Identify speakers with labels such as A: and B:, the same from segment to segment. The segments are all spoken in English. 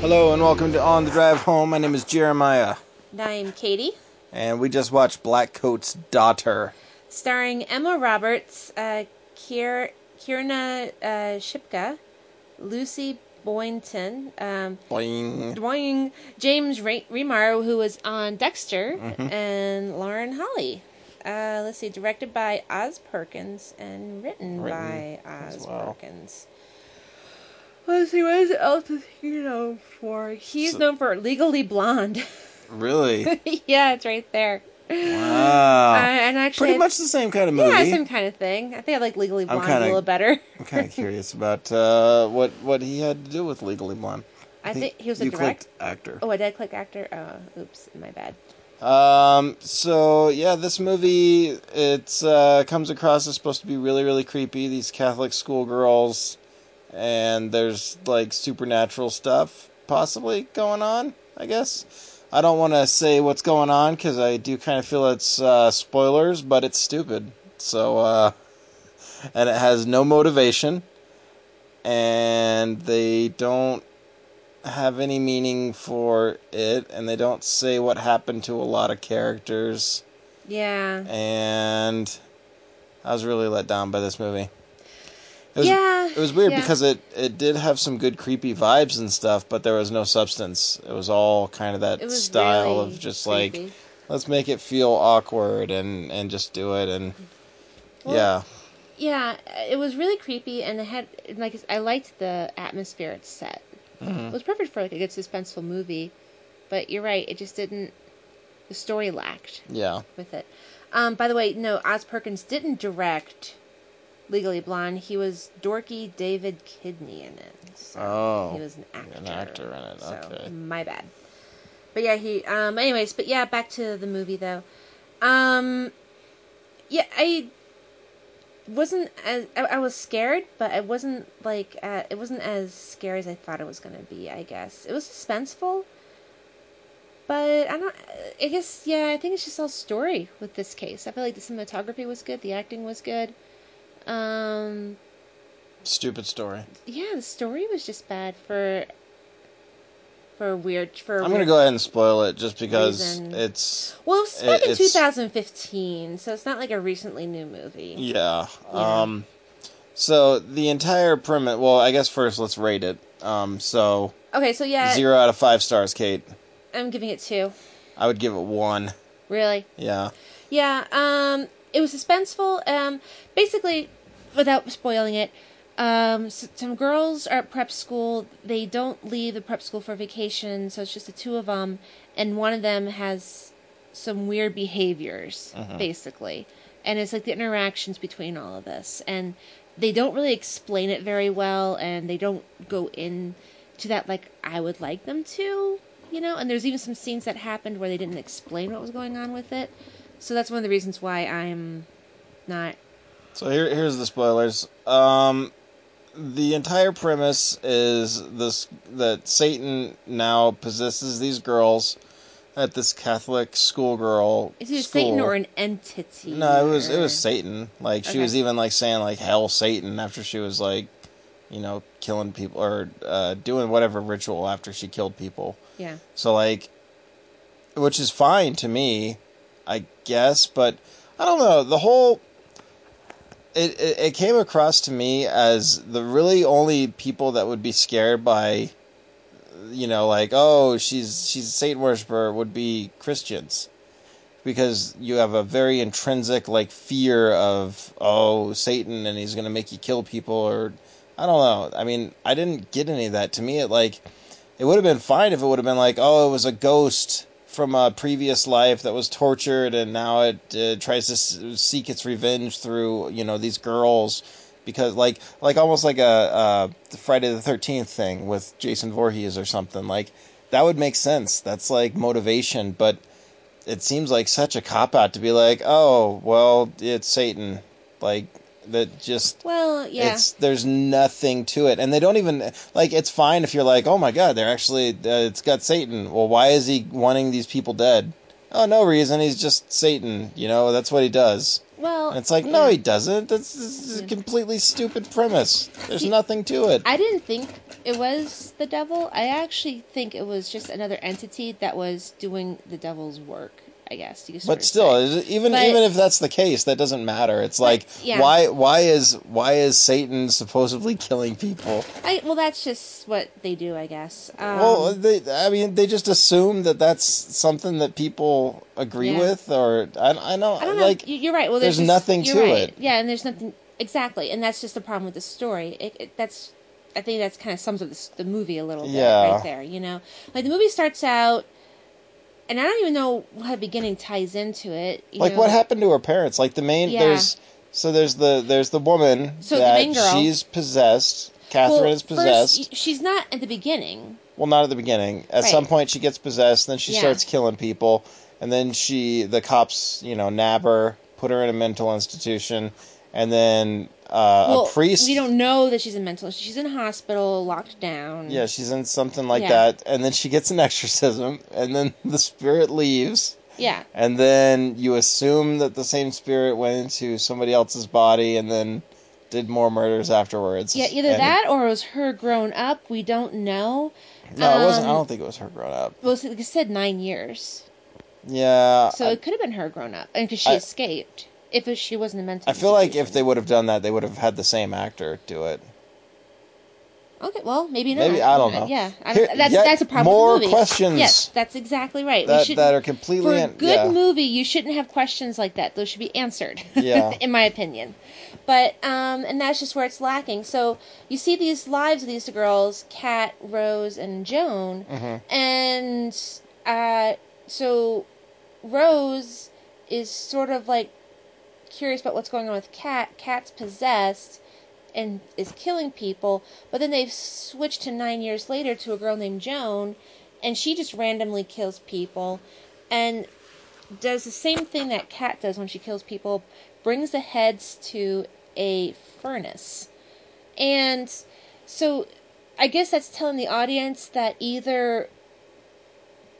A: Hello and welcome to On the Drive Home. My name is Jeremiah,
B: And I'm Katie,
A: and we just watched Black Coat's Daughter.
B: starring Emma Roberts, uh, Kier, Kierna uh, Shipka, Lucy Boynton, um,
A: Boing.
B: Dwayne James Re- Remar, who was on Dexter,
A: Mm-hmm.
B: and Lauren Holly. Uh, let's see, directed by Oz Perkins and written,
A: Written
B: by Oz
A: well.
B: Perkins. Let's see, what is else is he known for? He's known for Legally Blonde.
A: Really?
B: yeah, it's right there. Uh,
A: Wow.
B: and
A: Ah.
B: actually,
A: Pretty
B: I-
A: much the same kind of movie.
B: Yeah, some kind of thing. I think I like Legally Blonde
A: kinda-
B: a little better.
A: I'm kind of curious about uh, what what he had to do with Legally Blonde.
B: I think he was a
A: you
B: direct.
A: clicked actor.
B: Oh, I did click actor. Oh, oops, my bad.
A: Um. So yeah, this movie it's uh, comes across as supposed to be really really creepy. These Catholic schoolgirls, and there's like supernatural stuff possibly going on. I guess I don't want to say what's going on because I do kind of feel it's uh, spoilers, but it's stupid. So uh, and it has no motivation, and they don't have any meaning for it, and they don't say what happened to a lot of characters.
B: Yeah,
A: And I was really let down by this movie. It was,
B: Yeah,
A: it was weird
B: yeah.
A: because it, it did have some good creepy vibes and stuff, but there was no substance. It was all kind of
B: it
A: that
B: was
A: style
B: really
A: of just
B: creepy.
A: like let's make it feel awkward and and just do it and
B: Well,
A: yeah
B: yeah, it was really creepy, and it had like I liked the atmosphere it set.
A: Mm-hmm.
B: It was perfect for like a good suspenseful movie, but you're right, it just didn't. The story lacked
A: yeah
B: with it. Um, by the way, no, Oz Perkins didn't direct Legally Blonde. He was dorky David Kidney in it. So
A: Oh,
B: he was an actor.
A: an actor in it, okay.
B: So, my bad. But yeah, he. Um, anyways, but yeah, back to the movie though. Um, yeah, I wasn't as I, I was scared, but I wasn't like uh, it wasn't as scary as I thought it was gonna be. I guess it was suspenseful, but I don't. I guess yeah. I think it's just all story with this case. I feel like the cinematography was good, the acting was good. Um,
A: stupid story.
B: yeah, the story was just bad for for a weird for. a
A: I'm
B: weird-
A: gonna go ahead and spoil it just because
B: Reason.
A: it's
B: Well, it's
A: it-
B: back in
A: it's-
B: 2015, so it's not like a recently new movie.
A: Yeah.
B: Yeah.
A: Um so the entire premise well, I guess first let's rate it. Um so
B: Okay, so yeah,
A: 0 out of 5 stars, Kate.
B: I'm giving it two.
A: I would give it 1.
B: Really.
A: Yeah.
B: Yeah, um, it was suspenseful. Um, basically, without spoiling it, um, s- some girls are at prep school. They don't leave the prep school for vacation, so it's just the two of them, and one of them has some weird behaviors,
A: Mm-hmm.
B: basically. And it's like the interactions between all of this, and they don't really explain it very well, and they don't go in to that like I would like them to, you know. And there's even some scenes that happened where they didn't explain what was going on with it. So that's one of the reasons why I'm not.
A: So here here's the spoilers. Um the entire premise is this that Satan now possesses these girls at this Catholic schoolgirl.
B: Is it
A: school.
B: Satan or an entity?
A: No, it was it
B: or-
A: was Satan. Like she
B: Okay.
A: was even like saying like hell Satan after she was like, you know, killing people or uh, doing whatever ritual after she killed people.
B: Yeah,
A: So like, which is fine to me, I guess. But I don't know the whole. It, it it came across to me as the really only people that would be scared by, you know, like oh she's she's a Satan worshiper would be Christians, because you have a very intrinsic like fear of oh Satan and he's gonna make you kill people or I don't know. I mean I didn't get any of that. To me it like it would have been fine if it would have been like, oh, it was a ghost from a previous life that was tortured and now it uh, tries to s- seek its revenge through, you know, these girls because like like almost like a uh, the Friday the 13th thing with Jason Voorhees or something. Like that would make sense. That's like motivation, but it seems like such a cop out to be like, "Oh, well, it's Satan." Like that just
B: well, yeah,
A: it's there's nothing to it, and they don't even like. It's fine if you're like, oh my god, they're actually uh, it's got Satan. Well, why is he wanting these people dead? Oh, no reason. He's just Satan. You know, that's what he does.
B: well, Well,
A: And it's like, no, he doesn't. That's this is a
B: Yeah.
A: completely stupid premise. There's nothing to it.
B: I didn't think it was the devil. I actually think it was just another entity that was doing the devil's work. I guess you could sort
A: But
B: of
A: still,
B: say.
A: it- even
B: But-
A: even if that's the case, that doesn't matter. It's like,
B: yeah.
A: why why is why is Satan supposedly killing people?
B: I, well, that's just what they do, I guess. Um,
A: well, they I mean, they just assume that that's something that people agree
B: Yeah.
A: with, or I, I know,
B: I don't know.
A: like
B: You- you're right. Well, there's,
A: there's
B: just-
A: nothing
B: you're
A: to
B: right.
A: it.
B: Yeah, and there's nothing exactly, and that's just the problem with the story. It, it, that's, I think that's kind of sums up this, the movie a little bit
A: Yeah.
B: right there. You know, like the movie starts out, and I don't even know how the beginning ties into it. you
A: like
B: know.
A: what happened to her parents? Like the main
B: Yeah.
A: there's so there's the there's the woman
B: So the
A: that
B: main girl-
A: she's possessed. Catherine
B: Well,
A: is possessed.
B: First, y- she's not at the beginning.
A: Well, not at the beginning. At
B: Right.
A: some point, she gets possessed. Then she
B: Yeah.
A: starts killing people, and then she the cops you know nab her, put her in a mental institution, and then uh,
B: well,
A: a priest.
B: We don't know that she's in mental. She's in a hospital, locked down.
A: Yeah, she's in something like
B: Yeah.
A: that, and then she gets an exorcism, and then the spirit leaves,
B: Yeah.
A: and then you assume that the same spirit went into somebody else's body, and then did more murders afterwards.
B: Yeah. Either
A: And-
B: that or it was her grown up. We don't know.
A: No, it wasn't. I
B: um,
A: don't think it was her grown up.
B: Well, it's- like I said, nine years.
A: Yeah.
B: So
A: I-
B: it could have been her grown up, and because she
A: I-
B: escaped, if it, she wasn't a mental.
A: I feel like if they
B: institution.
A: would have done that, they would have had the same actor do it.
B: Okay, well, maybe not.
A: Maybe- I don't know.
B: Yeah, I
A: Here-
B: don't, that's
A: yet
B: that's a problem.
A: more
B: with the movie.
A: questions.
B: Yes, that's exactly right. we
A: That
B: should,
A: that are
B: for
A: completely
B: a
A: in-
B: good
A: yeah.
B: movie, you shouldn't have questions like that. Those should be answered.
A: Yeah.
B: in my opinion. But um, and that's just where it's lacking. So you see these lives of these girls, Kat, Rose, and Joan,
A: Mhm.
B: and uh, so Rose is sort of like curious about what's going on with Kat. Kat's possessed and is killing people, but then they've switched to nine years later to a girl named Joan, and she just randomly kills people and does the same thing that Kat does when she kills people brings the heads to a furnace. And so I guess that's telling the audience that either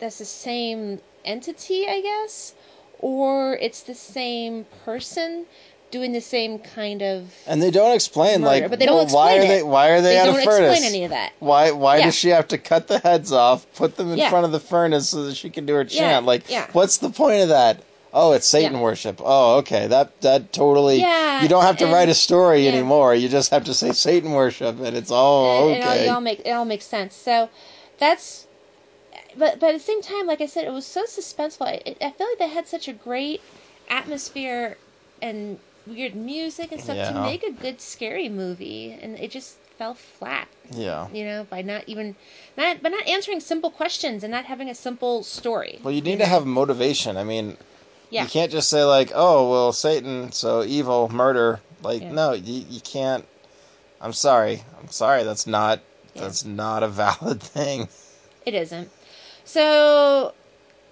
B: that's the same entity, I guess, or it's the same person doing the same kind of
A: And they don't explain
B: Murder,
A: like
B: but they don't
A: well, why
B: explain
A: are
B: it.
A: they why are they,
B: they
A: at
B: don't
A: a furnace?
B: explain any of that.
A: Why why
B: Yeah.
A: does she have to cut the heads off, put them in
B: Yeah.
A: front of the furnace so that she can do her chant? Like
B: yeah.
A: what's the point of that? Oh, it's Satan
B: Yeah.
A: worship. Oh, okay. That that totally
B: Yeah,
A: you don't have to
B: and-
A: write a story
B: yeah.
A: anymore. You just have to say Satan worship and it's all
B: and, and
A: Oh, okay.
B: it all make it all makes sense. So that's, but but at the same time, like I said, it was so suspenseful. I, it, I feel like they had such a great atmosphere and weird music and stuff to
A: Yeah.
B: make a good scary movie, and it just fell flat.
A: yeah.
B: You know, by not even, not by not answering simple questions and not having a simple story.
A: Well, you need to have motivation. I mean,
B: yeah,
A: You can't just say like, "Oh, well, Satan, so evil, murder." Like,
B: Yeah.
A: no, you, you can't. I'm sorry. I'm sorry. That's not
B: Yeah.
A: that's not a valid thing.
B: It isn't. So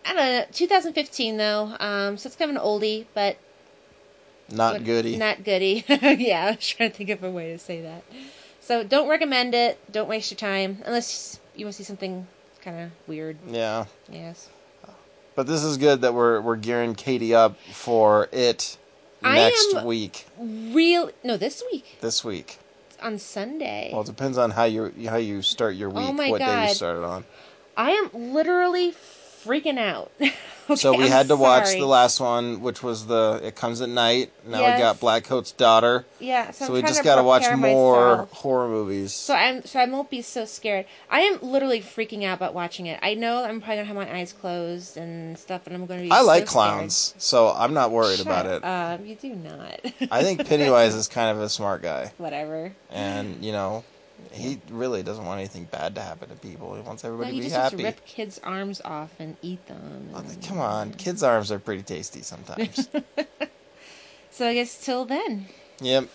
B: I don't know. 2015 though, um, so it's kind of an oldie, but
A: Not
B: What-
A: goody.
B: Not goody. yeah, I was trying to think of a way to say that. So don't recommend it. Don't waste your time unless you want to see something kind of weird.
A: yeah.
B: Yes.
A: But this is good that we're we're gearing Katie up for it
B: I
A: next
B: am-
A: week.
B: Real? No, this week
A: This week.
B: It's on Sunday.
A: Well, it depends on how you how you start your week.
B: Oh my
A: what day you
B: God.
A: start it on.
B: I am literally freaking out. okay,
A: so we
B: I'm
A: had to watch
B: sorry.
A: the last one, which was the it comes at night. Now we got
B: Yes.
A: Black Coat's daughter.
B: Yeah. So,
A: So
B: I'm
A: we
B: trying
A: just
B: got to
A: watch
B: prepare
A: more
B: myself.
A: horror movies.
B: So I'm so I won't be so scared. I am literally freaking out about watching it. I know I'm probably gonna have my eyes closed and stuff, and I'm gonna be.
A: I
B: so
A: like
B: scared.
A: clowns, so I'm not worried
B: Shut
A: about it.
B: up. You do not.
A: I think Pennywise is kind of a smart guy,
B: Whatever.
A: and you know, he really doesn't want anything bad to happen to people. He wants
B: No,
A: everybody
B: he
A: to be
B: just wants to
A: happy.
B: rip kids' arms off and eat them.
A: Oh,
B: and-
A: Come on, kids' arms are pretty tasty sometimes.
B: So I guess till then.
A: yep.